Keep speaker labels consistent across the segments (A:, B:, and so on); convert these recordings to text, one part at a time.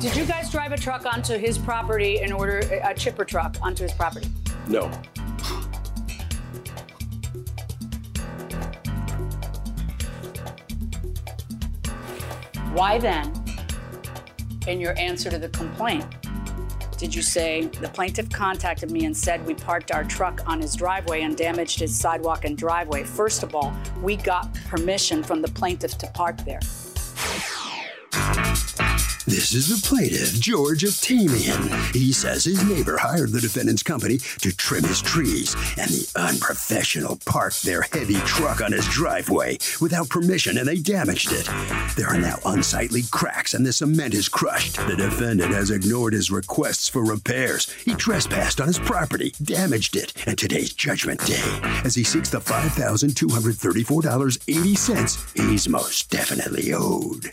A: Did you guys drive a truck onto his property in order, a chipper truck onto his property?
B: No.
A: Why then, in your answer to the complaint, did you say the plaintiff contacted me and said we parked our truck on his driveway and damaged his sidewalk and driveway? First of all, we got permission from the plaintiff to park there.
C: This is the plaintiff, George of Tamian. He says his neighbor hired the defendant's company to trim his trees, and the unprofessional parked their heavy truck on his driveway without permission and they damaged it. There are now unsightly cracks, and the cement is crushed. The defendant has ignored his requests for repairs. He trespassed on his property, damaged it, and today's judgment day. As he seeks the $5,234.80 he's most definitely owed.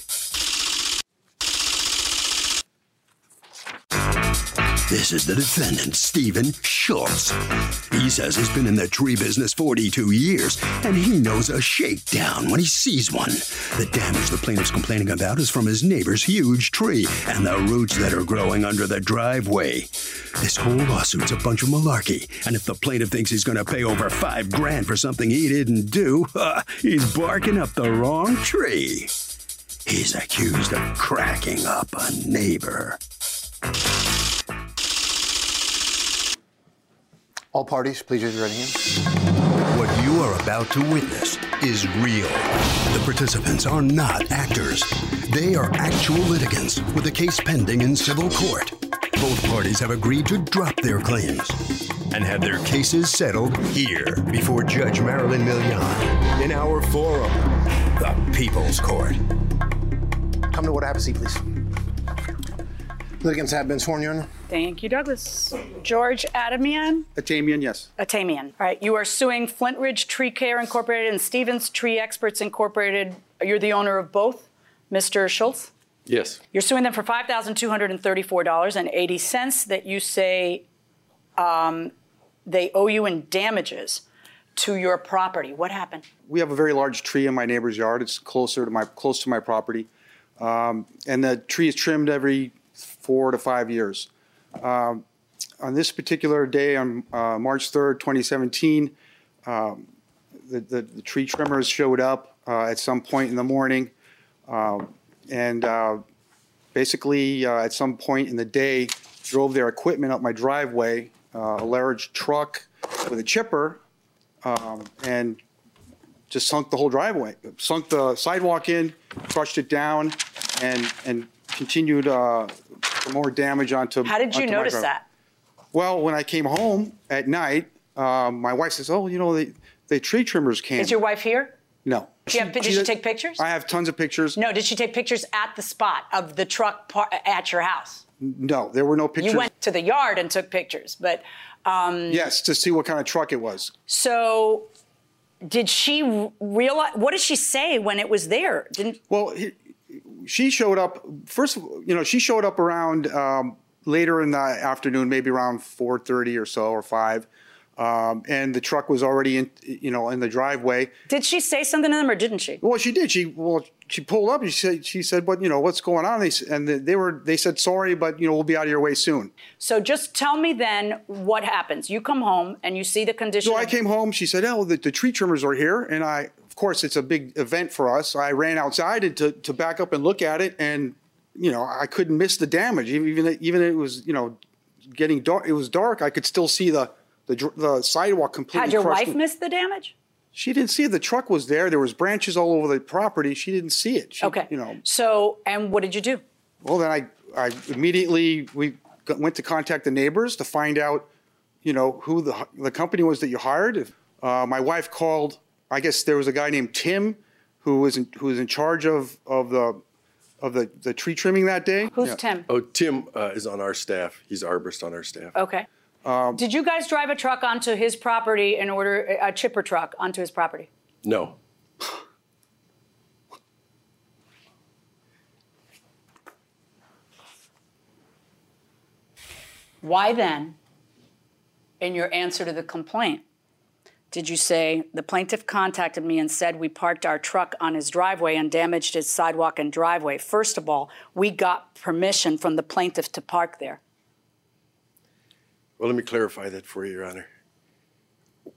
C: This is the defendant, Stephen Schultz. He says he's been in the tree business 42 years, and he knows a shakedown when he sees one. The damage the plaintiff's complaining about is from his neighbor's huge tree and the roots that are growing under the driveway. This whole lawsuit's a bunch of malarkey, and if the plaintiff thinks he's going to pay over five grand for something he didn't do, uh, he's barking up the wrong tree. He's accused of cracking up a neighbor.
D: All parties, please raise your right hand.
C: What you are about to witness is real. The participants are not actors. They are actual litigants with a case pending in civil court. Both parties have agreed to drop their claims and have their cases settled here before Judge Marilyn Millian in our forum, the People's Court.
D: Come to what I have a seat, please. Litigants have been sworn, Your Honor.
A: Thank you, Douglas. George Adamian?
E: Atamian, yes.
A: Atamian. All right, you are suing Flint Ridge Tree Care Incorporated and Stevens Tree Experts Incorporated. You're the owner of both, Mr. Schultz?
B: Yes.
A: You're suing them for $5,234.80 that you say um, they owe you in damages to your property. What happened?
E: We have a very large tree in my neighbor's yard. It's closer to my close to my property, um, and the tree is trimmed every four to five years. Um, on this particular day, on uh, March 3rd, 2017, um, the, the, the tree trimmers showed up uh, at some point in the morning. Um, and uh, basically, uh, at some point in the day, drove their equipment up my driveway, uh, a large truck with a chipper, um, and just sunk the whole driveway, sunk the sidewalk in, crushed it down, and, and continued uh, more damage onto.
A: How did you
E: onto my
A: notice
E: driveway.
A: that?
E: Well, when I came home at night, um, my wife says, "Oh, you know, the, the tree trimmers came."
A: Is your wife here?
E: No.
A: Do you have- did you take pictures?
E: I have tons of pictures.
A: No, did she take pictures at the spot of the truck par- at your house?
E: No, there were no pictures.
A: You went to the yard and took pictures, but um,
E: yes, to see what kind of truck it was.
A: so did she r- realize? What did she say when it was there? Didn't
E: Well, he, she showed up first. of all, You know, she showed up around um, later in the afternoon, maybe around four thirty or so, or five. Um, and the truck was already in, you know, in the driveway.
A: did she say something to them or didn't she?
E: Well, she did. She well, she pulled up. And she said, she said, "But you know, what's going on?" They, s- and they- they were they said, "Sorry, but you know, we'll be out of your way soon."
A: So just tell me then what happens. You come home and you see the condition.
E: So I
A: of-
E: came home. She said, "Oh, the, the tree trimmers are here," and I, of course, it's a big event for us. I ran outside and to to back up and look at it, and you know, I couldn't miss the damage. Even even it was you know, getting dark. It was dark. I could still see the the, dr- the sidewalk completely.
A: Had your
E: crushed
A: wife
E: with-
A: missed the damage?
E: She didn't see it. The truck was there. There was branches all over the property. She didn't see it. She,
A: Okay.
E: You know.
A: So and what did you do?
E: Well, then I I immediately we got, went to contact the neighbors to find out, you know, who the the company was that you hired. If, Uh, my wife called. I guess there was a guy named Tim, who was in, who was in charge of of the of the, the tree trimming that day.
A: Who's
E: Yeah.
A: Tim?
B: Oh, Tim uh, is on our staff. He's arborist on our staff.
A: Okay. Oh. Did you guys drive a truck onto his property in order, a chipper truck onto his property?
B: No.
A: Why then, in your answer to the complaint, did you say the plaintiff contacted me and said we parked our truck on his driveway and damaged his sidewalk and driveway? First of all, we got permission from the plaintiff to park there.
B: Well, let me clarify that for you, Your Honor.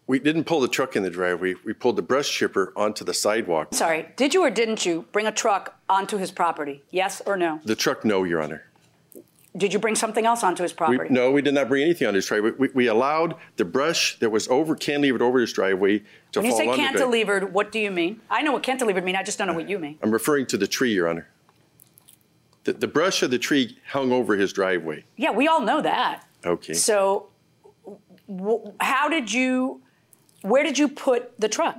B: We didn't pull the truck in the driveway. We pulled the brush chipper onto the sidewalk.
A: Sorry, did you or didn't you bring a truck onto his property? Yes or no?
B: The truck, no, Your Honor.
A: Did you bring something else onto his
B: We,
A: property?
B: no, we did not bring anything on his driveway. We, we allowed the brush that was over cantilevered over his driveway to
A: When
B: fall
A: you say
B: on the driveway.
A: cantilevered, what do you mean? I know what cantilevered mean. I just don't know what you mean.
B: I'm referring to the tree, Your Honor. The, the brush of the tree hung over his driveway.
A: Yeah, we all know that.
B: Okay.
A: So, w- how did you, where did you put the truck?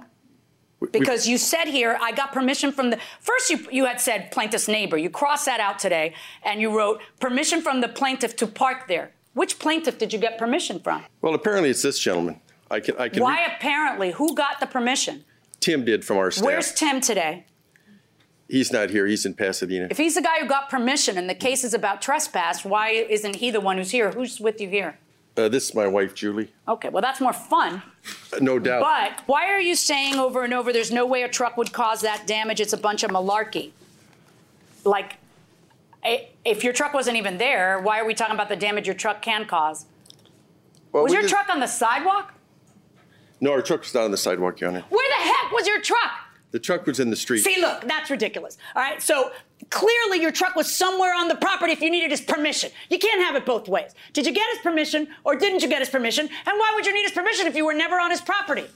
B: We- we-
A: Because you said here, I got permission from the, first you, you had said plaintiff's neighbor. You crossed that out today and you wrote permission from the plaintiff to park there. Which plaintiff did you get permission from?
B: well, apparently it's this gentleman. I can. I can.
A: Why
B: re-
A: apparently? Who got the permission?
B: Tim did from our staff.
A: Where's Tim today?
B: He's not here. He's in Pasadena.
A: If he's the guy who got permission and the case is about trespass, why isn't he the one who's here? Who's with you here?
B: Uh, this is my wife, Julie.
A: Okay, well, that's more fun.
B: Uh, no doubt.
A: But why are you saying over and over there's no way a truck would cause that damage? It's a bunch of malarkey. Like, i- if your truck wasn't even there, why are we talking about the damage your truck can cause?
B: Well,
A: Was
B: we
A: your
B: just-
A: truck on the sidewalk?
B: No, our truck was not on the sidewalk, Your Honor.
A: Where the heck was your truck?
B: The truck was in the street.
A: See, look, that's ridiculous. All right, so clearly your truck was somewhere on the property if you needed his permission. You can't have it both ways. Did you get his permission or didn't you get his permission? And why would you need his permission if you were never on his property?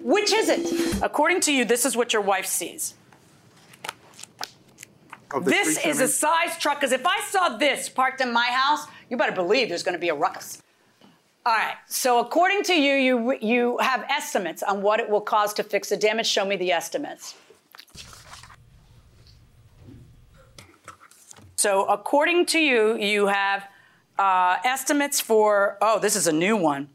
A: Which is it? According to you, this is what your wife sees.
E: Of the
A: This
E: tree
A: is a
E: trimming.
A: size truck, because if I saw this parked in my house, you better believe there's going to be a ruckus. All right, so according to you, you, you have estimates on what it will cause to fix the damage. Show me the estimates. So according to you, you have uh, estimates for, oh, this is a new one,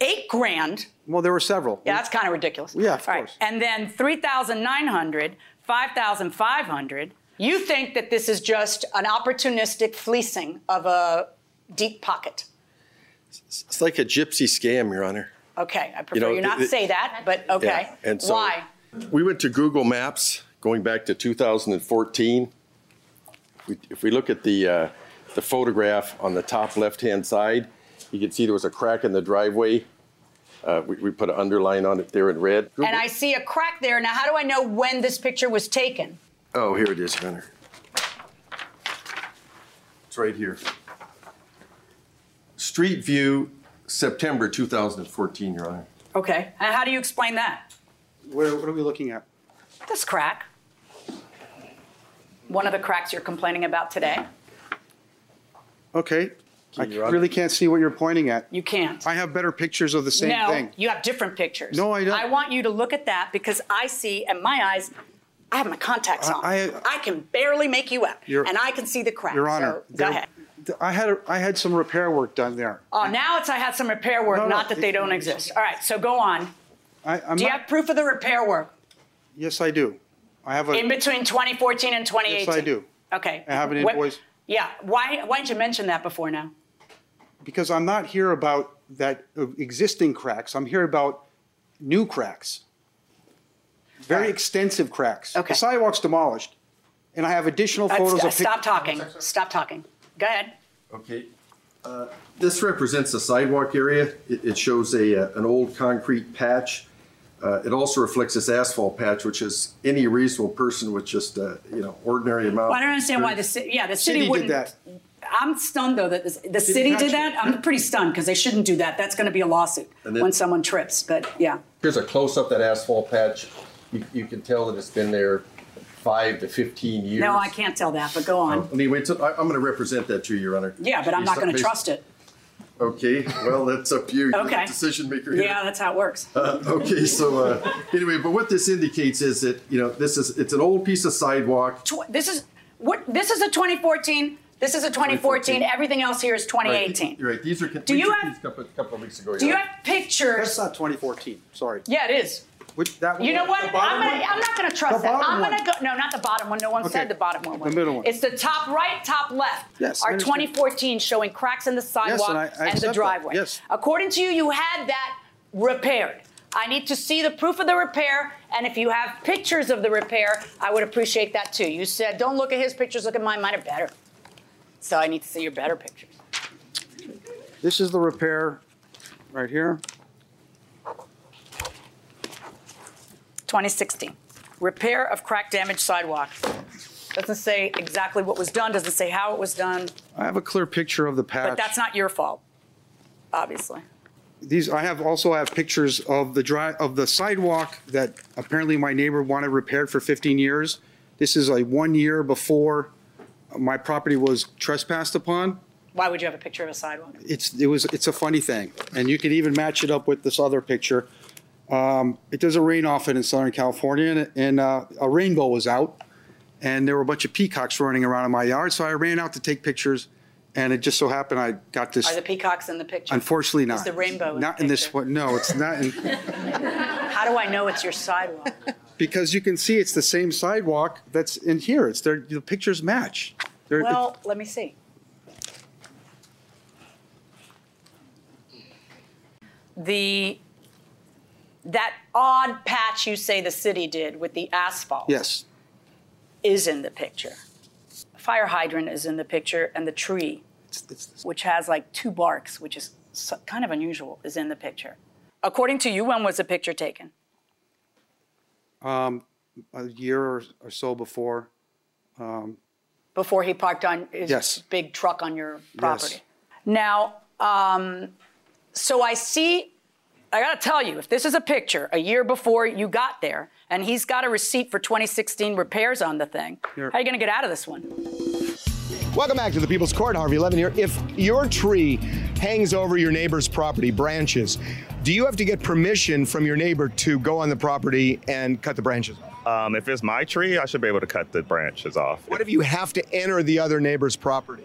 A: eight grand.
E: Well, there were several.
A: Yeah, that's kind of ridiculous.
E: Yeah, of
A: All right,
E: course.
A: And then 3,900, 5,500. You think that this is just an opportunistic fleecing of a deep pocket.
B: It's like a gypsy scam, Your Honor.
A: Okay, I prefer you,
B: know,
A: not
B: the-
A: say that, but okay.
B: Yeah, and so-
A: Why?
B: We went to Google Maps going back to 2014. We- If we look at the, uh, the photograph on the top left-hand side, you can see there was a crack in the driveway. Uh, we, we put an underline on it there in red.
A: And I see a crack there. Now, how do I know when this picture was taken?
B: Oh, here it is, Your Honor. It's right here. Street view, September 2014, Your Honor.
A: Okay. And how do you explain that?
E: Where, what are we looking at?
A: This crack. One of the cracks you're complaining about today.
E: Okay. I
B: You're on-
E: really can't see what you're pointing at.
A: You can't.
E: I have better pictures of the same
A: no,
E: thing.
A: you have different pictures.
E: No, I don't.
A: I want you to look at that because I see, in my eyes, I have my contacts
E: I-
A: on.
E: I-
A: can barely make you out,
E: Your-
A: and I can see the crack.
E: Your Honor,
A: so, go
E: there-
A: ahead.
E: th- I had a, I had some repair work done there.
A: Oh, now it's I had some repair work,
E: No, no,
A: not that they
E: it-
A: don't exist. All right, so go on.
E: I, I'm
A: Do you
E: not-
A: have proof of the repair work
E: yes, I do. I have a.
A: in between 2014 and 2018?
E: Yes, I do.
A: Okay.
E: I have an
A: What-
E: invoice.
A: yeah. Why? Why didn't you mention that before now?
E: because I'm not here about that uh, existing cracks. I'm here about new cracks, very extensive cracks.
A: Okay.
E: The sidewalk's demolished, and I have additional
A: That's-
E: photos of. pic-
A: stop talking. Stop talking. Go ahead.
B: Okay. Uh, This represents the sidewalk area. It it shows a, uh, an old concrete patch. Uh, It also reflects this asphalt patch, which is any reasonable person with just, uh, you know, ordinary amount.
A: Well, I don't understand why the city. Yeah, the city,
E: City did
A: wouldn't.
E: that.
A: I'm stunned though that the, the city
E: touch
A: did that.
E: it.
A: I'm pretty stunned because they shouldn't do that. That's going to be a lawsuit
B: And then-
A: when someone trips. But yeah,
B: Here's a close-up of that asphalt patch. You you can tell that it's been there five to 15 years. Oh,
A: no, I can't tell that. But go on.
B: Um, Anyway, it's- I- I'm going to represent that to you, Your Honor.
A: yeah, but I'm not going to trust it.
B: Okay, well, that's up to you. You're the
A: Okay.
B: Decision maker here. Uh,
A: Yeah, that's how it works.
B: Okay, so uh, anyway, but what this indicates is that, you know, this is, it's an old piece of sidewalk.
A: Tw- this is What, this is a 2014. This is a 2014. Everything else here is
B: Right,
A: 2018.
B: You're right, these are,
A: Do
B: these
A: you
B: are
A: have-
B: these couple, couple of weeks ago.
A: Do you
B: yeah.
A: have pictures?
E: That's not 2014. Sorry.
A: yeah, it is.
E: Which, that
A: You know
E: one-
A: what?
E: the
A: I'm
E: bottom
A: gonna,
E: one?
A: I'm not gonna trust
E: The
A: that.
E: bottom
A: I'm
E: one.
A: gonna go. No, not the bottom one. No one
E: Okay.
A: said the bottom one.
E: The
A: was.
E: middle one.
A: It's the top right, top left.
E: Yes, I
A: Our
E: understand.
A: 2014 showing cracks in the sidewalk
E: I- I accept
A: the
E: that.
A: driveway.
E: Yes.
A: According to you, you had that repaired. I need to see the proof of the repair, and if you have pictures of the repair, I would appreciate that too. You said, "Don't look at his pictures. Look at mine. Mine are better." So I need to see your better pictures.
E: This is the repair right here.
A: 2016. Repair of crack damaged sidewalk. Doesn't say exactly what was done, doesn't say how it was done,
E: I have a clear picture of the patch.
A: but that's not your fault, obviously.
E: These, I have, also have pictures of the dri, of the sidewalk that apparently my neighbor wanted repaired for 15 years. This is like one year before my property was trespassed upon.
A: Why would you have a picture of a sidewalk?
E: It's, it was, it's a funny thing. And you could even match it up with this other picture. Um, It doesn't rain often in Southern California and- and uh, a rainbow was out. And there were a bunch of peacocks running around in my yard. So I ran out to take pictures and it just so happened I got this.
A: Are the peacocks in the picture?
E: Unfortunately, not.
A: Is the rainbow in the
E: Not in this
A: picture?
E: one. No, it's not in.
A: How do I know it's your sidewalk?
E: Because you can see it's the same sidewalk that's in here. It's there, the pictures match. They're-
A: Well, let me see. The, that odd patch you say the city did with the asphalt.
E: Yes,
A: is in the picture. Fire hydrant is in the picture, and the tree, which has like two barks, which is so- kind of unusual, is in the picture. According to you, when was the picture taken?
E: um, a year or- or so before. um,
A: Before he parked on his
E: Yes.
A: big truck on your property. Now, um, so I see, I gotta tell you, if this is a picture a year before you got there, and he's got a receipt for 2016 repairs on the thing, how are you gonna get out of this one?
F: Welcome back to the People's Court. Harvey Levin here. If your tree hangs over your neighbor's property, branches, do you have to get permission from your neighbor to go on the property and cut the branches? off?
G: Um, if it's my tree, I should be able to cut the branches off.
F: What if you have to enter the other neighbor's property?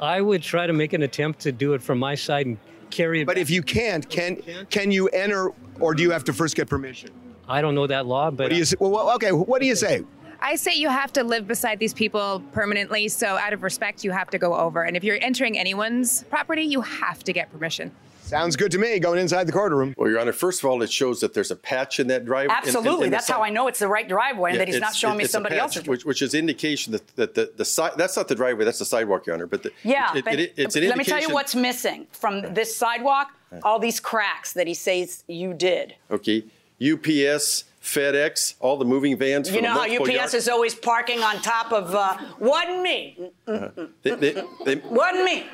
H: I would try to make an attempt to do it from my side and carry it.
F: But
H: back.
F: if you can't, can can you enter, or do you have to first get permission?
H: I don't know that law, but
F: What do you say? Well, okay. What do you say?
I: I say you have to live beside these people permanently, so out of respect, you have to go over. And if you're entering anyone's property, you have to get permission.
F: Sounds good to me. Going inside the courtroom.
B: Well, Your Honor, first of all, it shows that there's a patch in that driveway.
A: Absolutely, that's how I know it's the right driveway, and that he's not showing me somebody else's.
B: Which, which is indication that, that the, the side, that's not the driveway, that's the sidewalk, Your Honor, but the.
A: Yeah,
B: it-
A: but
B: it- It's an
A: let me tell you
B: indication-
A: what's missing from this sidewalk: all these cracks that he says you did.
B: Okay, UPS, FedEx, all the moving vans.
A: You
B: from
A: know how
B: multiple
A: UPS
B: yard-
A: is always parking on top of uh, one me,
B: Uh, They- they- they-
A: one me.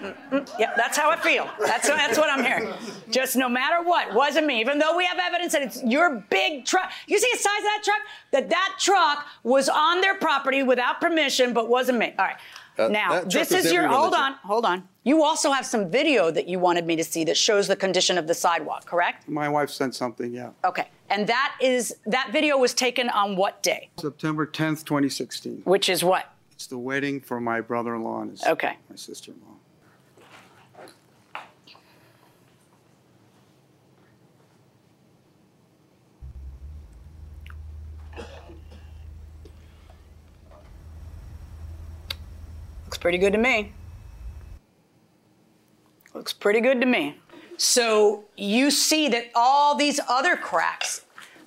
A: Yep, that's how I feel. That's that's what I'm hearing. Just no matter what, wasn't me. Even though we have evidence that it's your big truck. You see the size of that truck? That that truck was on their property without permission, but wasn't me. All right. now
B: Uh, that truck
A: this
B: was
A: is your.
B: never even on
A: Hold
B: the
A: on, hold on. You also have some video that you wanted me to see that shows the condition of the sidewalk, correct?
E: My wife sent something, yeah.
A: Okay. And that is that video was taken on what day?
E: September 10th, 2016.
A: Which is what?
E: It's the wedding for my brother-in-law and his.
A: Okay.
E: My sister-in-law.
A: Looks pretty good to me. Looks pretty good to me. So you see that all these other cracks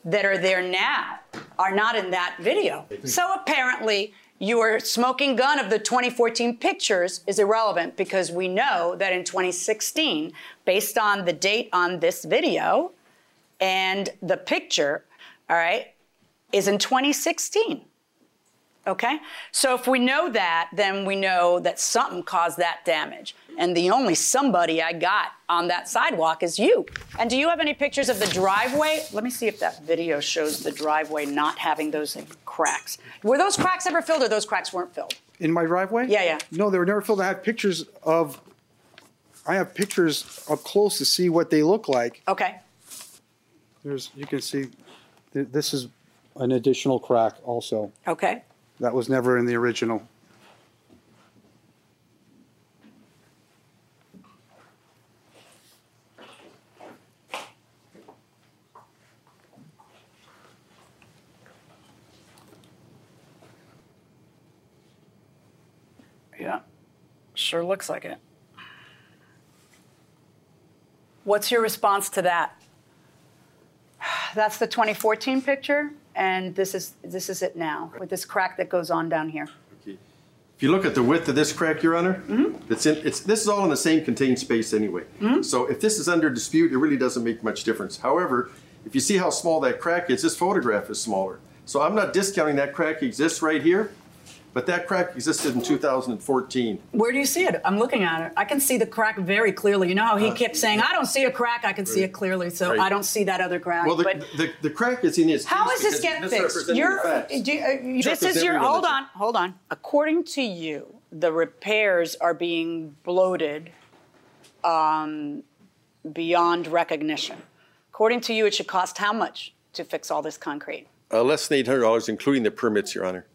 A: that are there now are not in that video. So apparently, your smoking gun of the 2014 pictures is irrelevant because we know that in 2016, based on the date on this video and the picture, all right, is in 2016. Okay? So if we know that, then we know that something caused that damage. And the only somebody I got on that sidewalk is you. And do you have any pictures of the driveway? Let me see if that video shows the driveway not having those cracks. Were those cracks ever filled or those cracks weren't filled?
E: In my driveway?
A: Yeah, yeah.
E: No, they were never filled. I have pictures of, I have pictures up close to see what they look like.
A: Okay.
E: There's, you can see, th- this is an additional crack also.
A: Okay.
E: That was never in the original.
A: Yeah. Sure looks like it. What's your response to that? That's the 2014 picture, and this is this is it now with this crack that goes on down here.
B: If you look at the width of this crack, Your Honor,
A: Mm-hmm.
B: it's in, it's, this is all in the same contained space anyway. So if this is under dispute, it really doesn't make much difference. However, if you see how small that crack is, this photograph is smaller. So I'm not discounting that crack exists right here, but that crack existed in 2014.
A: Where do you see it? I'm looking at it. I can see the crack very clearly. You know how he
B: Uh,
A: kept saying, "I don't see a crack. I can see
B: Right.
A: it clearly," so
B: Right.
A: I don't see that other crack.
B: Well, the,
A: but
B: the, the crack is in its.
A: How
B: piece
A: is this
B: because
A: getting
B: it's
A: fixed?
B: misrepresenting
A: You're,
B: the facts.
A: do you- uh, you-
B: Chuck
A: this
B: is
A: is your,
B: everyone
A: hold
B: that-
A: on, hold on. According to you, the repairs are being bloated um, beyond recognition. According to you, it should cost how much to fix all this concrete?
B: Uh, less than $800, including the permits, Your Honor.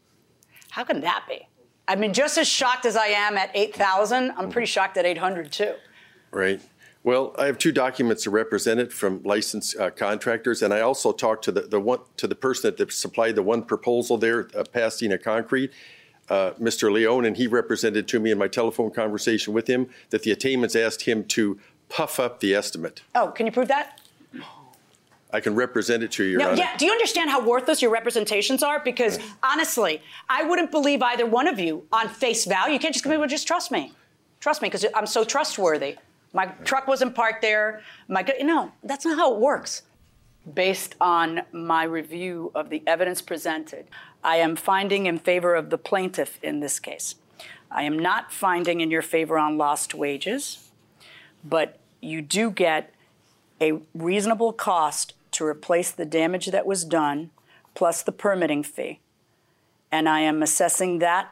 A: How can that be? I mean, just as shocked as I am at 8,000, I'm pretty shocked at 800 too.
B: Right. Well, I have two documents to represent it from licensed uh, contractors, and I also talked to the, the one to the person that supplied the one proposal there, uh, Pasadena Concrete, uh, Mr. Leone, and he represented to me in my telephone conversation with him that the attainments asked him to puff up the estimate.
A: Oh, can you prove that?
B: I can represent it to you, Your
A: No,
B: Honor.
A: yeah. Do you understand how worthless your representations are? Because honestly, I wouldn't believe either one of you on face value. You can't just come in and just trust me. Trust me, because I'm so trustworthy. My truck wasn't parked there. My go- no, that's not how it works. Based on my review of the evidence presented, I am finding in favor of the plaintiff in this case. I am not finding in your favor on lost wages, but you do get a reasonable cost to replace the damage that was done plus the permitting fee. And I am assessing that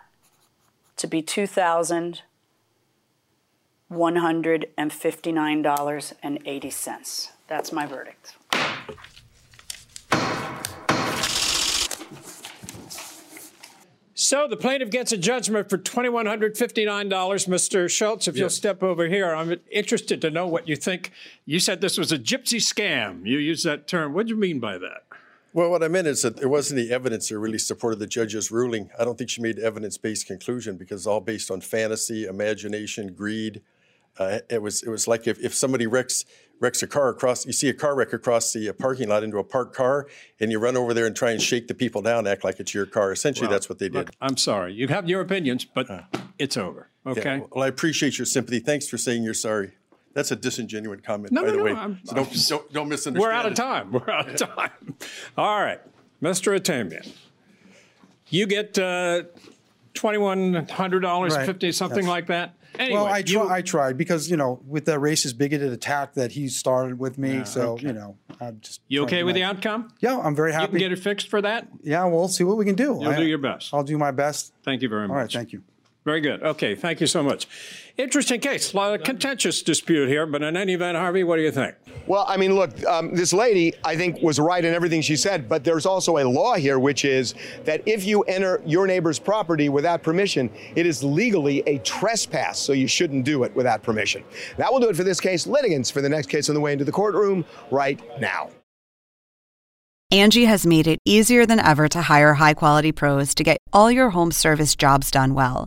A: to be $2,159.80. That's my verdict.
J: So the plaintiff gets a judgment for twenty-one hundred fifty-nine dollars. Mr. Schultz, if you'll
K: Yes.
J: step over here, I'm interested to know what you think. You said this was a gypsy scam. You used that term. What do you mean by that?
B: Well, what I meant is that there wasn't any evidence that really supported the judge's ruling. I don't think she made evidence-based conclusion because it's all based on fantasy, imagination, greed. Uh, it was it was like if, if somebody wrecks wrecks a car across, you see a car wreck across the uh, parking lot into a parked car, and you run over there and try and shake the people down, act like it's your car. Essentially,
J: Well,
B: that's what they did.
J: look, I'm sorry. You have your opinions, but it's over.
B: Yeah,
J: Okay.
B: well, I appreciate your sympathy. Thanks for saying you're sorry. That's a disingenuous comment,
J: No,
B: by
J: no,
B: the
J: no,
B: way.
J: I'm-
B: so don't, don't don't misunderstand.
J: We're out of
B: it.
J: time. We're out of time. All right, Mr. Atamian, you get uh, twenty-one hundred dollars
L: Right.
J: fifty something
L: Yes.
J: like that. Anyway,
L: well, I, try, I tried because you know with the racist bigoted attack that he started with me,
J: Yeah,
L: so
J: okay.
L: you know I'm just.
J: you
L: trying to
J: okay
L: be
J: with the
L: nice.
J: outcome?
L: Yeah, I'm very
J: You can
L: happy.
J: get it fixed for that.
L: yeah, we'll see what we can do.
J: You'll do your best.
L: I'll do my best.
J: Thank you very much.
L: All right, thank you.
J: Very good. Okay, thank you so much. Interesting case. A lot of contentious dispute here, but in any event, Harvey, what do you think?
F: Well, I mean, look, um, this lady, I think, was right in everything she said, but there's also a law here, which is that if you enter your neighbor's property without permission, it is legally a trespass, so you shouldn't do it without permission. That will do it for this case. Litigants for the next case on the way into the courtroom right now.
M: Angie has made it easier than ever to hire high-quality pros to get all your home service jobs done well.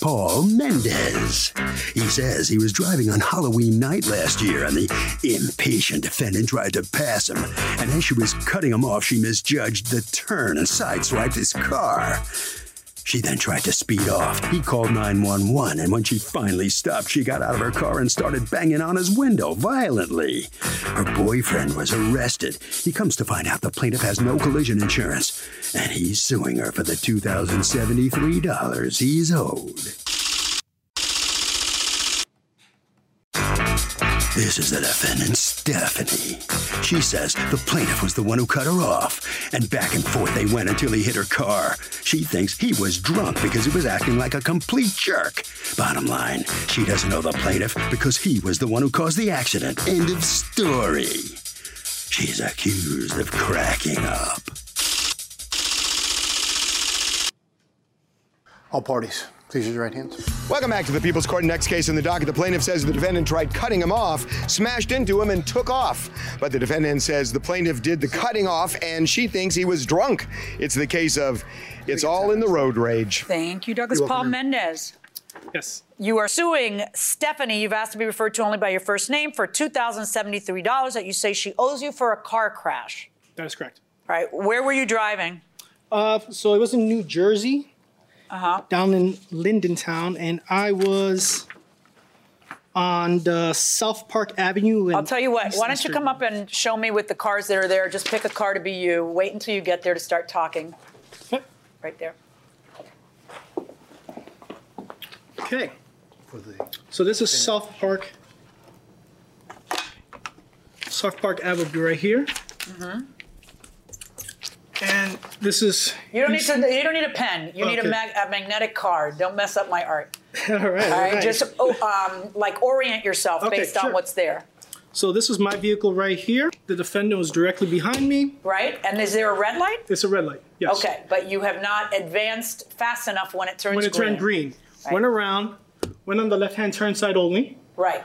C: Paul Mendez. He says he was driving on Halloween night last year and the impatient defendant tried to pass him. And as she was cutting him off, she misjudged the turn and sideswiped his car. She then tried to speed off. He called 911, and when she finally stopped, she got out of her car and started banging on his window violently. Her boyfriend was arrested. He comes to find out the plaintiff has no collision insurance, and he's suing her for the $2,073 he's owed. This is the defendant, Stephanie. She says the plaintiff was the one who cut her off, and back and forth they went until he hit her car. She thinks he was drunk because he was acting like a complete jerk. Bottom line, she doesn't know the plaintiff because he was the one who caused the accident. End of story. She's accused of cracking up.
D: All parties, please use your right hands.
F: Welcome back to the People's Court. Next case in the docket, the plaintiff says the defendant tried cutting him off, smashed into him, and took off. But the defendant says the plaintiff did the cutting off, and she thinks he was drunk. It's the case of it's all in the road rage.
A: Thank you, Douglas.
F: You're
A: Paul
F: welcome.
A: Mendez.
K: Yes.
A: You are suing Stephanie. You've asked to be referred to only by your first name for $2,073 that you say she owes you for a car crash.
K: That is correct.
A: All right. Where were you driving?
K: Uh, so it was in New Jersey, uh-huh. down in Lindentown, and I was on the South Park Avenue.
A: I'll tell you what. Why don't you come up and show me with the cars that are there? Just pick a car to be you. Wait until you get there to start talking. Right there.
K: Okay. So this is South Park. South Park Ave would be right here,
A: Mm-hmm.
K: and this is.
A: You don't need to. You don't need a pen. You need a,
K: Okay.
A: mag, a magnetic card. Don't mess up my art.
K: All right. All right.
A: All right. Just oh, um, like orient yourself
K: Okay,
A: based on
K: sure.
A: what's there.
K: So this is my vehicle right here. The defendant was directly behind me.
A: Right? And is there a red light?
K: It's a red light. Yes.
A: Okay, but you have not advanced fast enough when it turns
K: When it
A: green.
K: turned green, went around, went on the left-hand turn side only.
A: Right.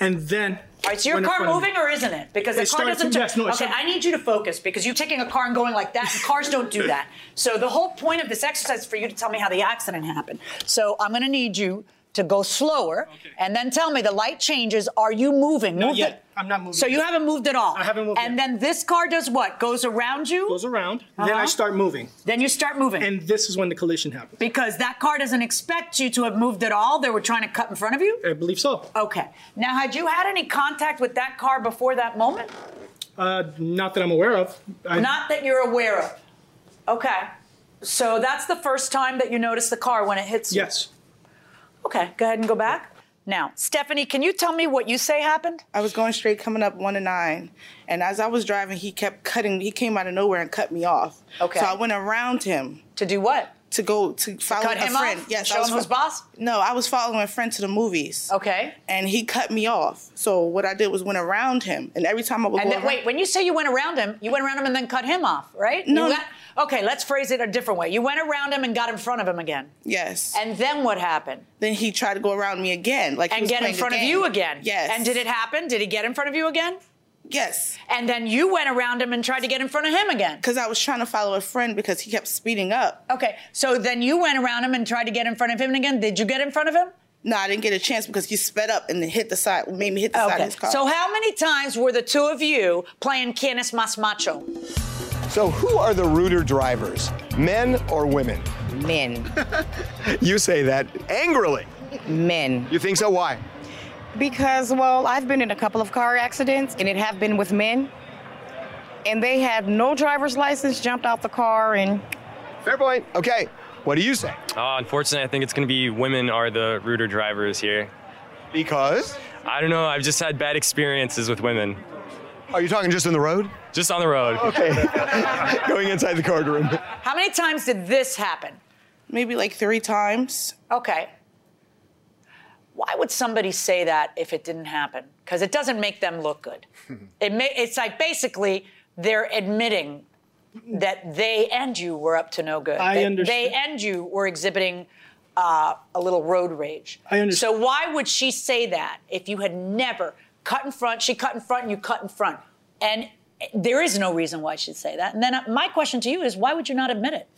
K: And then.
A: All right, so your car moving or isn't it? Because the
K: It
A: car
K: started
A: doesn't
K: to-
A: turn.
K: yes, no, it
A: okay,
K: started-
A: I need you to focus because you're taking a car and going like that, and cars don't do that. So the whole point of this exercise is for you to tell me how the accident happened. So I'm going to need you to go slower and then tell me the light changes. Are you moving?
K: Not
A: Move
K: yet.
A: it.
K: I'm not moving.
A: So you
K: yet.
A: haven't moved at all.
K: I haven't moved
A: And then this car does what? Goes around you. Goes
K: around. Then I start moving.
A: Then you start moving.
K: And this is when the collision happened.
A: Because that car doesn't expect you to have moved at all. They were trying to cut in front of you?
K: I believe so.
A: Okay. Now, had you had any contact with that car before that moment?
K: Uh, not that I'm aware of. I,
A: Not that you're aware of. Okay. So that's the first time that you notice the car when it hits you?
K: Yes.
A: Okay. Go ahead and go back. Now, Stephanie, can you tell me what you say happened?
N: I was going straight, coming up one and nine, and as I was driving, he kept cutting. He came out of nowhere and cut me off.
A: Okay.
N: So I went around him
A: to do what?
N: To go to follow
A: cut
N: a
A: him
N: friend.
A: off?
N: Yes.
A: Show
N: I was
A: him who's boss.
N: No, I was following a friend to the movies.
A: Okay.
N: And he cut me off. So what I did was went around him, and every time I would
A: And
N: go
A: then,
N: around-
A: wait, when you say you went around him, you went around him and then cut him off, right?
N: No.
A: You went- okay, let's phrase it a different way. You went around him and got in front of him again.
N: Yes.
A: And then what happened?
N: Then he tried to go around me again, like he
A: and
N: was
A: get in
N: playing the
A: front of
N: game.
A: you again.
N: Yes.
A: And did it happen? Did he get in front of you again?
N: Yes.
A: And then you went around him and tried to get in front of him again.
N: Because I was trying to follow a friend because he kept speeding up.
A: Okay, so then you went around him and tried to get in front of him again. Did you get in front of him?
N: No, I didn't get a chance because he sped up and then hit the side, made me hit the side of
A: Okay.
N: his car.
A: So how many times were the two of you playing Quienes Mas Macho?
F: So, who are the ruder drivers, men or women?
O: Men.
F: you say that angrily.
O: Men.
F: You think so? Why?
O: Because, well, I've been in a couple of car accidents, and it have been with men. And they had no driver's license, jumped out the car, and
F: Fair point. Okay. What do you say?
P: Uh, unfortunately, I think it's going to be women are the ruder drivers here.
F: Because?
P: I don't know. I've just had bad experiences with women.
F: Are you talking just on the road?
P: Just on the road.
F: Okay. Going inside the courtroom.
A: How many times did this happen?
N: Maybe like three times.
A: Okay. Why would somebody say that if it didn't happen? Because it doesn't make them look good. It may, it's like basically they're admitting that they and you were up to no good.
K: I
A: That
K: understand.
A: They and you were exhibiting uh, a little road rage.
K: I understand.
A: So why would she say that if you had never cut in front? She cut in front, and you cut in front, and eh, there is no reason why she'd say that. And then uh, my question to you is, why would you not admit it?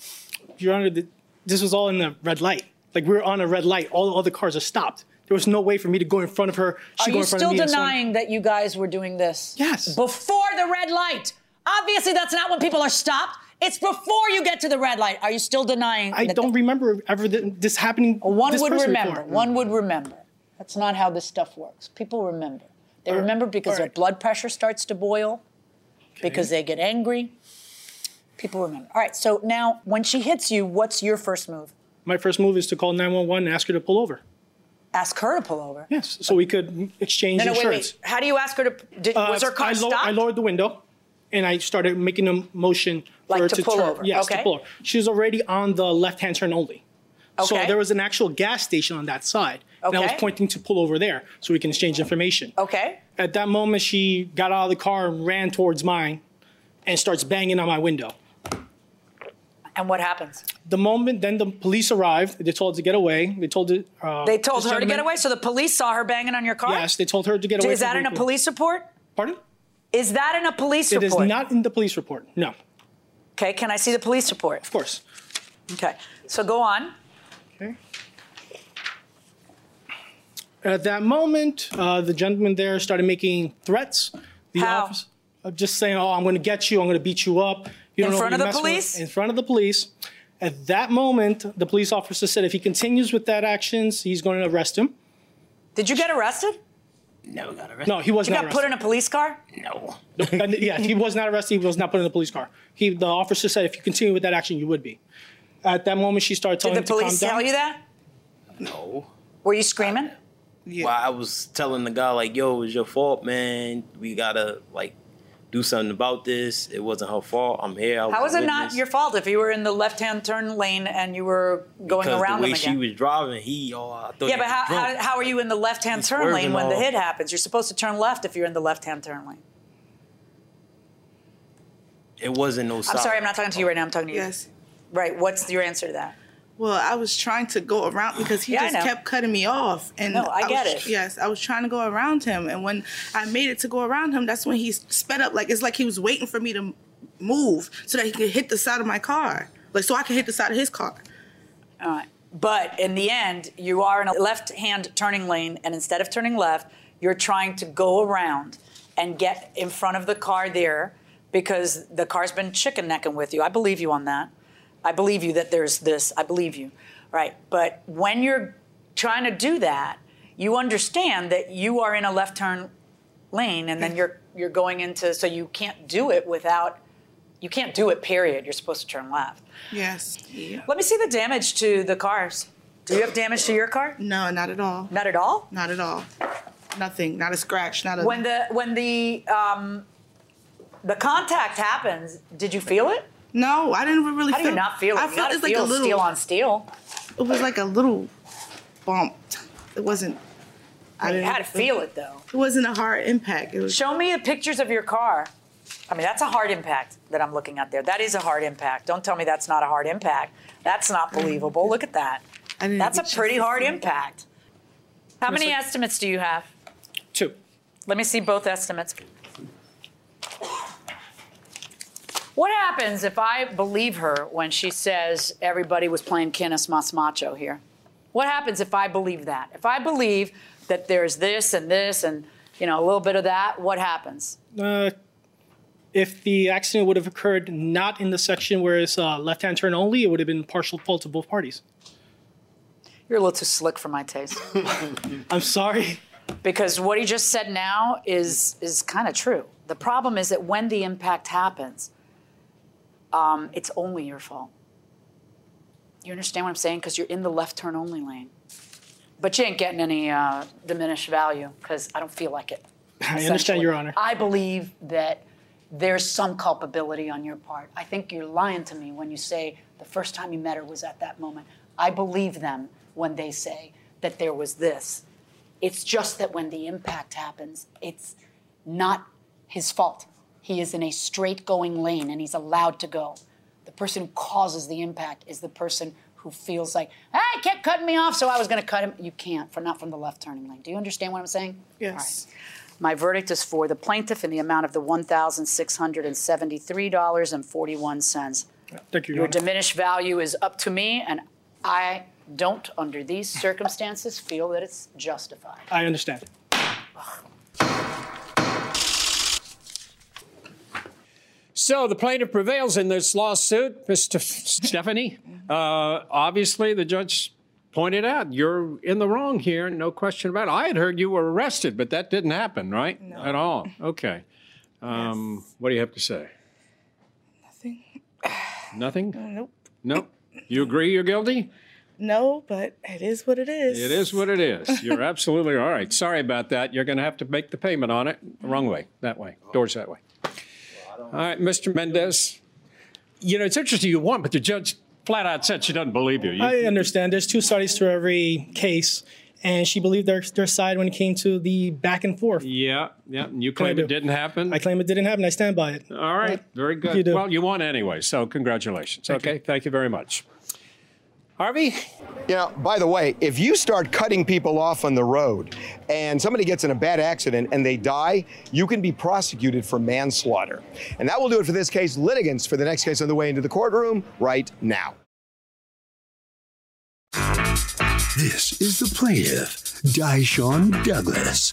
K: Your Honor, th- this was all in the red light. Like we were on a red light. All the other cars are stopped. There was no way for me to go in front of her. She
A: Are
K: go
A: you
K: in front
A: still
K: of me and so on.
A: denying that you guys were doing this? Yes. Before the red light. Obviously, that's not when people are stopped. It's before you get to the red light. Are you still denying?
K: I don't remember ever th- this happening.
A: One
K: this
A: would
K: person
A: remember.
K: before.
A: One would remember. That's not how this stuff works. People remember. They remember because their blood pressure starts to boil, because they get angry. People remember. All right. So now, when she hits you, what's your first move?
K: My first move is to call 911 and ask her to pull over.
Q: ask her to pull over.
K: Yes, so we could exchange
Q: No, no, wait,
K: insurance.
Q: wait. How do you ask her to? Did, was her car
K: Uh, I, lo-
Q: stopped?
K: I lowered the window, and I started making a motion for
Q: Like
K: her
Q: to
K: to,
Q: pull
K: turn.
Q: over,
K: Yes,
Q: okay.
K: to pull. over. She was already on the left-hand turn only. So
Q: Okay.
K: there was an actual gas station on that side, and I was
Q: Okay.
K: pointing to pull over there so we can exchange information.
Q: Okay.
K: At that moment, she got out of the car and ran towards mine, and starts banging on my window.
Q: And what happens?
K: The moment then the police arrived, they told her to get away. They told the, uh,
Q: They told
K: this
Q: her to get
K: gentleman-
Q: away, so the police saw her banging on your car.
K: Yes, they told her to get away.
Q: Is
K: from
Q: that
K: the
Q: in a
K: vehicle.
Q: police report?
K: Pardon?
Q: Is that in a police
K: It is
Q: report?
K: not in the police report. No.
Q: Okay, can I see the police report? Of
K: course.
Q: Okay, so go on.
K: At that moment, uh, the gentleman there started making threats. The
Q: How?
K: office- uh, just saying, "Oh, I'm going to get you. I'm going to beat you up." You
Q: In
K: who
Q: front
K: you're
Q: of the
K: messing with."
Q: police?
K: In front of the police. At that moment, the police officer said, "If he continues with that actions, he's going to arrest him."
Q: Did you get arrested?
K: No, got arrested. No, he was
Q: you
K: not
Q: got
K: arrested.
Q: put in a police car?
K: No. and, yeah, he was not arrested. He was not put in the police car. He, the officer said, if you continue with that action, you would be. At that moment, she started telling
Q: Did the
K: him to calm
Q: police
K: down.
Q: tell you that?
R: No.
Q: Were you screaming?
R: Well, I was telling the guy like, "Yo, it's your fault, man. We gotta like do something about this. It wasn't her fault. I'm here. I was
Q: How was
R: a
Q: it not
R: witness."
Q: your fault if you were in the left-hand turn lane and you were going
R: Because
Q: around
R: the way
Q: them
R: she
Q: again?
R: was driving, he, oh, I thought
Q: yeah,
R: he
Q: but
R: was
Q: how, how,
R: drunk.
Q: how are you in the left-hand turn lane
R: swerving
Q: when the
R: all-
Q: hit happens? You're supposed to turn left if you're in the left-hand turn lane.
R: it wasn't no.
Q: I'm sorry, I'm not talking to you right now. I'm talking to you.
N: Yes.
Q: Right. What's your answer to that?
N: Well, I was trying to go around because he
Q: Yeah, I
N: just
Q: know.
N: kept cutting me off. And
Q: No, I get it.
N: was- Yes, I was trying to go around him, and when I made it to go around him, that's when he sped up. Like it's like he was waiting for me to m- move so that he could hit the side of my car, like so I could hit the side of his car.
Q: All right. But in the end, you are in a left-hand turning lane, and instead of turning left, you're trying to go around and get in front of the car there because the car's been chicken necking with you. I believe you on that. I believe you that there's this. I believe you. Right. But when you're trying to do that, you understand that you are in a left turn lane and then you're you're going into so you can't do it without you can't do it period. You're supposed to turn left.
N: Yes.
Q: Let me see the damage to the cars. Do you have damage to your car?
N: No, not at all.
Q: Not at all.
N: Not at all. Nothing. Not a scratch. Not a.
Q: When the when the um, the contact happens, did you feel it?
N: No, I didn't even really
Q: How do
N: feel.
Q: you not feel it?
N: I
Q: You
N: felt
Q: gotta
N: it's like a
Q: feel
N: little
Q: steel on steel.
N: It was like a little bump. It wasn't.
Q: I mean, you
N: didn't
Q: had to feel it though.
N: It wasn't a hard impact. It was.
Q: Show me the pictures of your car. I mean, that's a hard impact that I'm looking at there. That is a hard impact. Don't tell me that's not a hard impact. That's not believable. Look at that. That's a
A: get a
Q: pretty
A: chance to
Q: hard
A: see it.
Q: impact. How many estimates do you have?
K: Two.
Q: Let me see both estimates. What happens if I believe her when she says everybody was playing Canis Mas Macho here? What happens if I believe that? If I believe that there's this and this and you know a little bit of that, what happens?
K: Uh, if the accident would have occurred not in the section where it's uh, left-hand turn only, it would have been partial fault to both parties.
Q: You're a little too slick for my taste.
K: I'm sorry.
Q: because what he just said now is is kind of true. The problem is that when the impact happens, um, it's only your fault. You understand what I'm saying? Because you're in the left turn only lane, but you ain't getting any uh, diminished value because I don't feel like it.
K: I understand, Your Honor.
Q: I believe that there's some culpability on your part. I think you're lying to me when you say the first time you met her was at that moment. I believe them when they say that there was this. It's just that when the impact happens, it's not his fault. He is in a straight going lane and he's allowed to go. The person who causes the impact is the person who feels like, ah, he kept cutting me off, so I was going to cut him. You can't, for not from the left turning lane. Do you understand what I'm saying? Yes. My verdict is for the plaintiff in the amount of the $1,673.41.
K: Thank you, Your
Q: Your
K: Honor.
Q: diminished value is up to me, and I don't, under these circumstances, feel that it's justified.
K: I understand.
J: So the plaintiff prevails in this lawsuit, Mr. Stephanie. Uh, obviously, the judge pointed out you're in the wrong here, no question about it. I had heard you were arrested, but that didn't happen, right? At all. Okay. Um, What do you have to say? Nothing. Nothing?
N: Nope.
J: Nope. You agree you're guilty?
N: No, but it is what it is.
J: It is what it is. You're absolutely all right. Sorry about that. You're going to have to make the payment on it. Wrong way, that way. Doors that way. All right, Mr. Mendez. You know, it's interesting you won, but the judge flat out said she doesn't believe you. You-
K: I understand. There's two sides to every case, and she believed their, their side when it came to the back and forth.
J: yeah, yeah. and You
K: Can I
J: claim
K: do?
J: it didn't happen.
K: I claim it didn't happen. I stand by it.
J: All right, very good.
K: You do.
J: Well, you won anyway, so congratulations. okay, thank you very much. Harvey?
F: You know, by the way, if you start cutting people off on the road and somebody gets in a bad accident and they die, you can be prosecuted for manslaughter. And that will do it for this case. Litigants for the next case on the way into the courtroom right now.
C: This is the plaintiff, Dyshawn Douglas.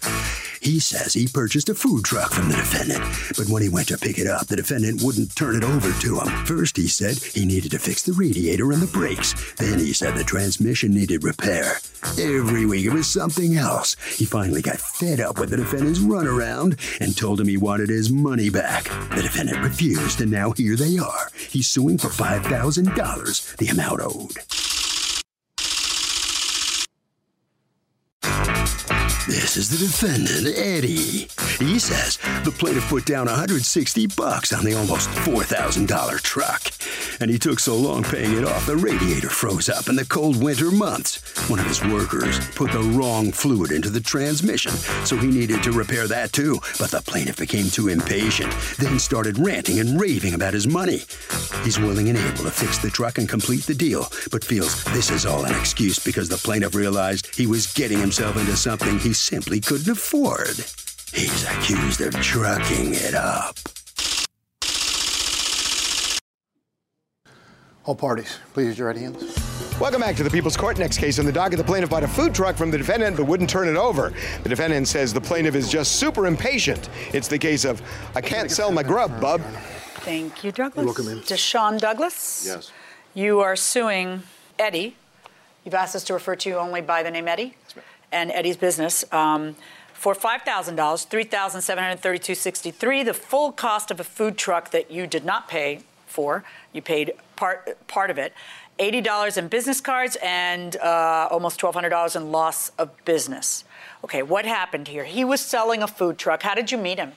C: He says he purchased a food truck from the defendant, but when he went to pick it up, the defendant wouldn't turn it over to him. First, he said he needed to fix the radiator and the brakes. Then he said the transmission needed repair. Every week it was something else. He finally got fed up with the defendant's runaround and told him he wanted his money back. The defendant refused, and now here they are. He's suing for $5,000, the amount owed. This is the defendant, Eddie. He says the plaintiff put down 160 bucks on the almost $4,000 truck, and he took so long paying it off the radiator froze up in the cold winter months. One of his workers put the wrong fluid into the transmission, so he needed to repair that too, but the plaintiff became too impatient, then started ranting and raving about his money. He's willing and able to fix the truck and complete the deal, but feels this is all an excuse because the plaintiff realized he was getting himself into something he simply couldn't afford. He's accused of trucking it up.
D: All parties, please use your right hands.
F: Welcome back to the People's Court. Next case on the docket, the plaintiff bought a food truck from the defendant but wouldn't turn it over. The defendant says the plaintiff is just super impatient. It's the case of, I can't sell my grub, bub.
A: Thank you, Douglas.
F: welcome, ma'am.
A: Deshaun Douglas?
F: Yes.
A: You are suing Eddie. You've asked us to refer to you only by the name Eddie and Eddie's business um, for $5,000, $3,732.63, the full cost of a food truck that you did not pay for. You paid part, part of it. $80 in business cards and uh, almost $1,200 in loss of business. Okay, what happened here? He was selling a food truck. How did you meet him?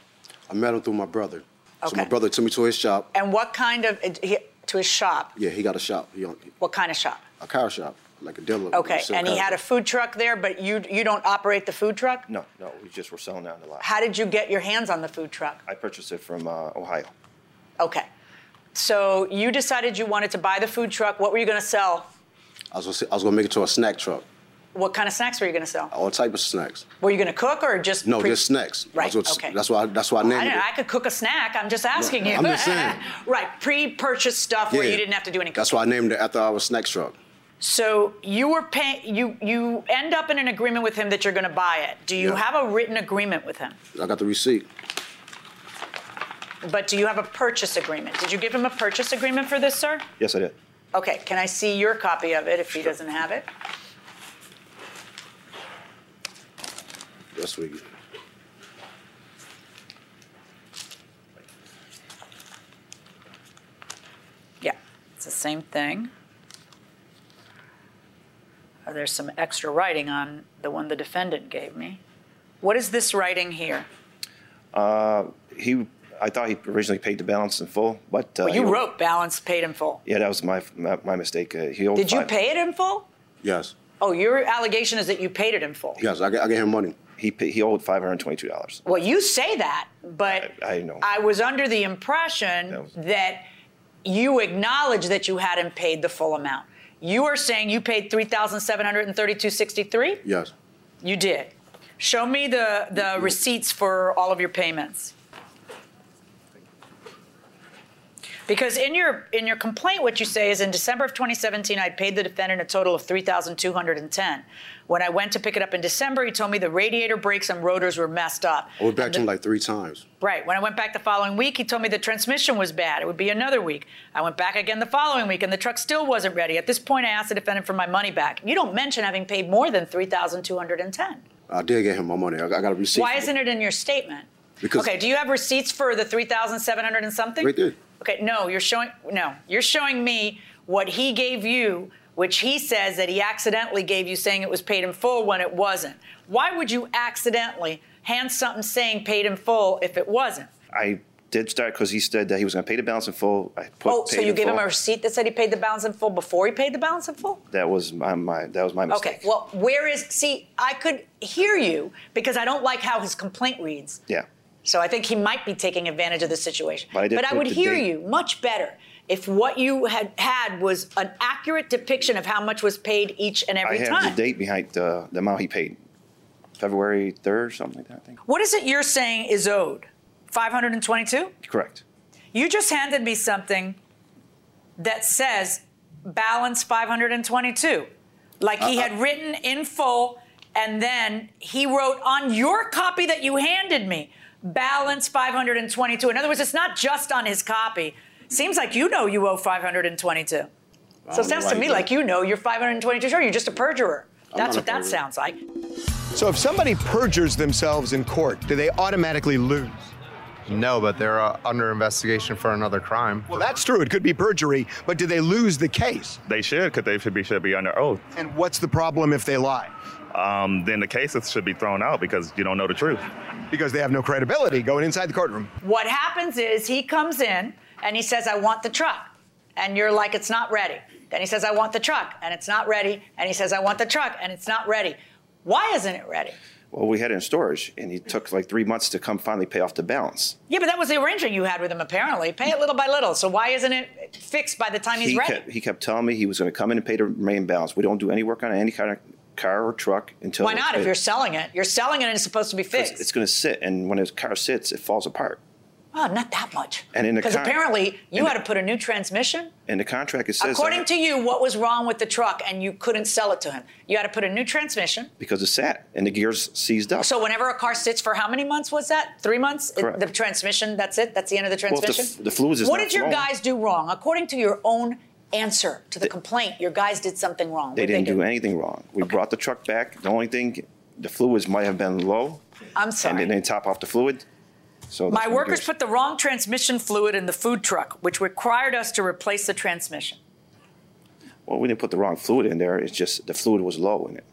S: I met him through my brother. So my
A: Okay.
S: brother took me to his shop.
A: And what kind of, he, to his shop?
S: Yeah, he got a shop. He owned
A: What kind of shop?
S: a car shop, like a dealer.
A: Okay, and he had a food truck there, but you you don't operate the food truck.
T: No, no, we just were selling that in the lot.
A: How did you get your hands on the food truck?
T: I purchased it from uh, Ohio.
A: Okay, so you decided you wanted to buy the food truck. What were you going to sell?
S: I was, gonna, say- I was gonna make it to a snack truck,
A: What kind of snacks were you going to sell?
S: all type of snacks.
A: Were you going to cook or just
S: No,
A: pre-
S: just snacks. I
A: Right,
S: was gonna-
A: okay.
S: That's why. That's why I
A: I,
S: named
A: don't know,
S: it.
A: I could cook a snack. I'm just asking you.
S: I'm just saying.
A: right, pre-purchased stuff where
S: Yeah.
A: you didn't have to do any cooking.
S: That's why I named it after our snack truck.
A: So you were paying. You you end up in an agreement with him that you're going to buy it. Do you
S: Yeah.
A: have a written agreement with him?
S: I got the receipt.
A: But do you have a purchase agreement? Did you give him a purchase agreement for this, sir?
T: Yes, I did.
A: Okay, can I see your copy of it if he doesn't have it?
S: That's what you.
A: Yeah, it's the same thing. Uh, There's some extra writing on the one the defendant gave me. What is this writing here?
T: Uh, he, I thought he originally paid the balance in full, but uh,
A: Well, you
T: he-
A: wrote balance paid in full.
T: Yeah, that was my my, my mistake. Uh, he owed
A: Did you
T: five-
A: pay it in full?
S: Yes.
A: Oh, your allegation is that you paid it in full.
T: Yes, I, I gave him money. He pa- he owed five hundred twenty-two dollars.
A: Well, you say that, but
T: I know.
A: I was under the impression
T: That was-
A: that you acknowledged that you hadn't paid the full amount. You are saying you paid three thousand seven hundred and thirty-two sixty-three.
S: Yes.
A: You did. Show me the the receipts for all of your payments. Because in your in your complaint, what you say is in December of 2017, I paid the defendant a total of 3,210. When I went to pick it up in December, he told me the radiator brakes and rotors were messed up.
S: I went back to him like three times.
A: Right. When I went back the following week, he told me the transmission was bad. It would be another week. I went back again the following week, and the truck still wasn't ready. At this point, I asked the defendant for my money back. You don't mention having paid more than 3,210.
S: I did get him my money. I, I got a receipt.
A: Why isn't it in your statement?
S: Because-
A: okay, do you have receipts for the 3,700 and something?
S: Right there.
A: Okay, no, you're showing no, you're showing me what he gave you which he says that he accidentally gave you saying it was paid in full when it wasn't. Why would you accidentally hand something saying paid in full if it wasn't?
T: I did start because he said that he was going to pay the balance in full. I put
A: oh, so
T: paid
A: you
T: in
A: gave him
T: full.
A: a receipt that said he paid the balance in full before he paid the balance in full?
T: That was my, my that was my mistake.
A: Okay, well, where is, see, I could hear you because I don't like how his complaint reads.
T: Yeah.
A: So I think he might be taking advantage of the situation.
T: But I did put
A: would
T: the
A: hear
T: date.
A: you much better if what you had had was an accurate depiction of how much was paid each and every
T: I have
A: time.
T: the date behind uh, the amount he paid, February third, something like that. I think
A: What is it you're saying is owed? 522?
T: correct.
A: You just handed me something that says balance 522. Like he
T: Uh,
A: had written in full, and then he wrote on your copy that you handed me balance 522. In other words, it's not just on his copy. Seems like you know you owe 522. So it
T: don't know
A: sounds
T: why
A: to
T: he
A: me
T: did.
A: like you know you're 522 short. You're just a perjurer.
F: I'm
A: That's
F: not a
A: what that
F: perjurer.
A: sounds like.
F: So if somebody perjures themselves in court, do they automatically lose?
U: No, but they're uh, under investigation for another crime.
F: Well, that's true. It could be perjury, but do they lose the case?
G: They should, because they should be should be under oath.
F: And what's the problem if they lie?
G: Um, then the cases should be thrown out because you don't know the truth.
F: Because they have no credibility going inside the courtroom.
A: What happens is he comes in and he says, I want the truck. And you're like, it's not ready. Then he says, I want the truck. And it's not ready. And he says, I want the truck. And it's not ready. Why isn't it ready?
T: Well, we had it in storage, and it took like three months to come finally pay off the balance.
A: Yeah, but that was the arrangement you had with him, apparently. Pay it little by little. So why isn't it fixed by the time he's
T: he
A: ready?
T: kept he kept telling me he was going to come in and pay the remaining balance. We don't do any work on any kind of car or truck until
A: Why not? If you're selling it, you're selling it and it's supposed to be
T: Because
A: fixed.
T: it's going to sit, and when a car sits, it falls apart.
A: Oh, not that much.
T: And in the
A: Because
T: con-
A: apparently you
T: in
A: had to put a new transmission.
T: And the contract it says
A: According
T: that
A: to you, what was wrong with the truck and you couldn't sell it to him? You had to put a new transmission.
T: because it sat and the gears seized up.
A: So whenever a car sits for how many months was that? Three months? It-
T: Correct.
A: the transmission, that's it? That's the end of the
T: Well, if the
A: transmission?
T: f- the fluids is
A: What
T: not
A: did your
T: flowing.
A: guys do wrong? According to your own answer to the complaint, your guys did something wrong.
T: they
A: What'd
T: didn't do anything wrong. We brought the truck back. The only thing, the fluids might have been low,
A: I'm
T: and
A: sorry.
T: then they top off the fluid. So that's
A: My
T: when the
A: workers
T: gears-
A: put the wrong transmission fluid in the food truck, which required us to replace the transmission.
T: Well, we didn't put the wrong fluid in there. It's just the fluid was low in it.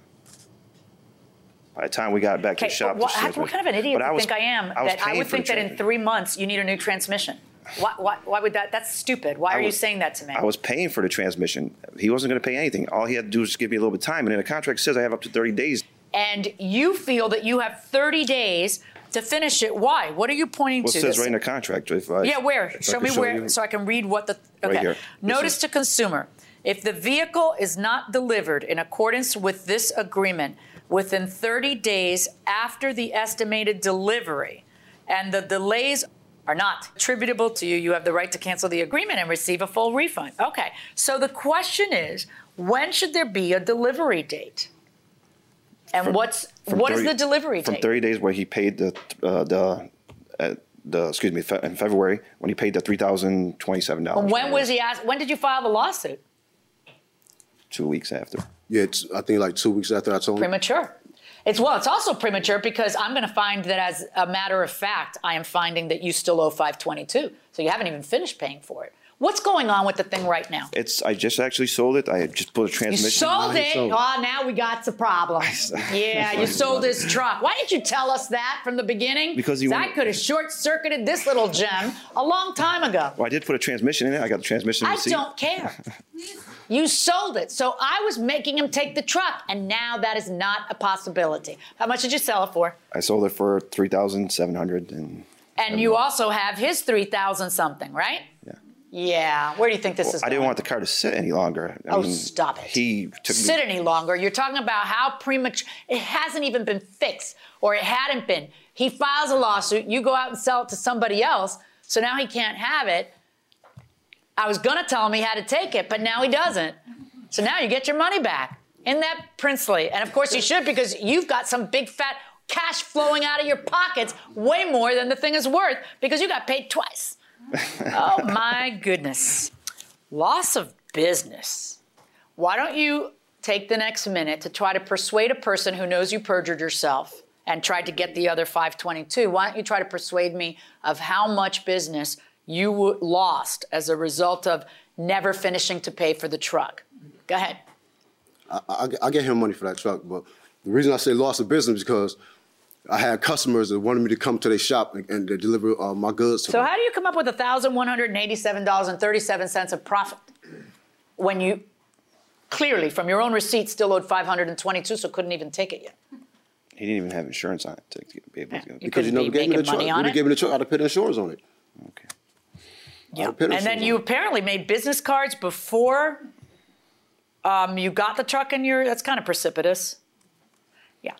T: By the time we got back to the
A: Okay,
T: shop,
A: but what,
T: the shit
A: what
T: was-
A: kind of an idiot
T: but
A: do you
T: was-
A: think I am
T: was
A: that I
T: paying
A: would
T: for the
A: think that in
T: transmission.
A: three months you need a new transmission? Why, why, why would that? That's stupid. Why
T: I
A: are you
T: was-
A: saying that to me?
T: I was paying for the transmission. He wasn't going to pay anything. All he had to do was just give me a little bit of time. And then the contract says I have up to 30 days.
A: and you feel that you have 30 days to finish it. Why? What are you pointing
T: Well, it
A: to?
T: says
A: This-
T: right in the contract. If I,
A: yeah, where?
T: if I
A: Show
T: could
A: me where,
T: you.
A: so I can read what the.
T: Right
A: Okay.
T: here.
A: Notice to consumer: If the vehicle is not delivered in accordance with this agreement within 30 days after the estimated delivery, and the delays are not attributable to you, you have the right to cancel the agreement and receive a full refund. Okay. So the question is, when should there be a delivery date? And
T: From-
A: what's
T: from
A: what is
T: 30
A: the delivery
T: from
A: date?
T: 30 days where he paid the uh, the uh, the excuse me fe- in February when he paid the three thousand twenty seven dollars.
A: when was he asked? When did you file the lawsuit?
T: Two weeks after.
S: Yeah, it's, I think like two weeks after I told him.
A: premature. It's well, it's also premature because I'm going to find that as a matter of fact, I am finding that you still owe 522. So you haven't even finished paying for it. What's going on with the thing right now?
T: It's I just actually sold it. I had just put a
A: You
T: transmission.
A: sold it. Oh, now we got the problem. Yeah, you sold this truck. Why didn't you tell us that from the beginning?
T: Because you
A: 'Cause I
T: wanted-
A: could have short circuited this little gem a long time ago.
T: Well, I did put a transmission in it. I got the transmission
A: I
T: receipt.
A: don't care. you sold it. So I was making him take the truck, and now that is not a possibility. How much did you sell it for?
T: I sold it for three thousand seven hundred and.
A: And you also have his 3,000 something, right? Yeah. Yeah. Where do you think this
T: Well,
A: is
T: I
A: going?
T: didn't want the car to sit any longer. I
A: Oh, stop it.
T: He took
A: sit
T: me.
A: any longer. You're talking about how premature it hasn't even been fixed or it hadn't been. He files a lawsuit, you go out and sell it to somebody else, so now he can't have it. I was gonna tell him he had to take it, but now he doesn't. So now you get your money back. Isn't that princely? And of course you should because you've got some big fat cash flowing out of your pockets way more than the thing is worth because you got paid twice. oh my goodness. Loss of business. Why don't you take the next minute to try to persuade a person who knows you perjured yourself and tried to get the other 522? Why don't you try to persuade me of how much business you w- lost as a result of never finishing to pay for the truck? Go ahead.
S: I, I, I get him money for that truck, but the reason I say loss of business is because I had customers that wanted me to come to their shop and, and to deliver uh, my goods. To
A: So
S: them.
A: how do you come up with $1,187.37 of profit when you clearly from your own receipt still owed 522 so couldn't even take it yet?
T: He didn't even have insurance on it to be able to get
S: because
A: couldn't
S: you never
A: be
S: gave me the
A: making
S: truck.
A: money
S: You
A: on
S: never
A: it?
S: gave me the truck. I'd have paid insurance on it. Okay. Yeah.
A: And then you apparently made business cards before um, you got the truck in your, that's kind of precipitous. Yeah.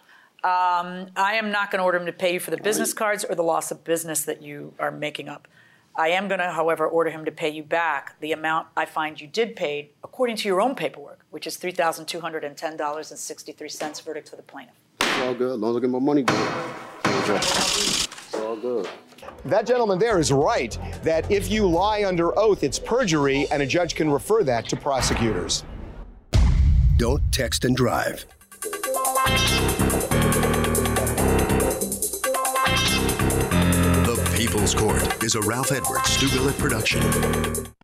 A: Um, I am not going to order him to pay you for the business cards or the loss of business that you are making up. I am going to, however, order him to pay you back the amount I find you did pay according to your own paperwork, which is $3,210.63 verdict to the plaintiff.
S: It's all good. As long as I get my money good. It's all good.
F: That gentleman there is right that if you lie under oath, it's perjury, and a judge can refer that to prosecutors.
C: Don't text and drive. The People's Court is a Ralph Edwards Stu Billet production.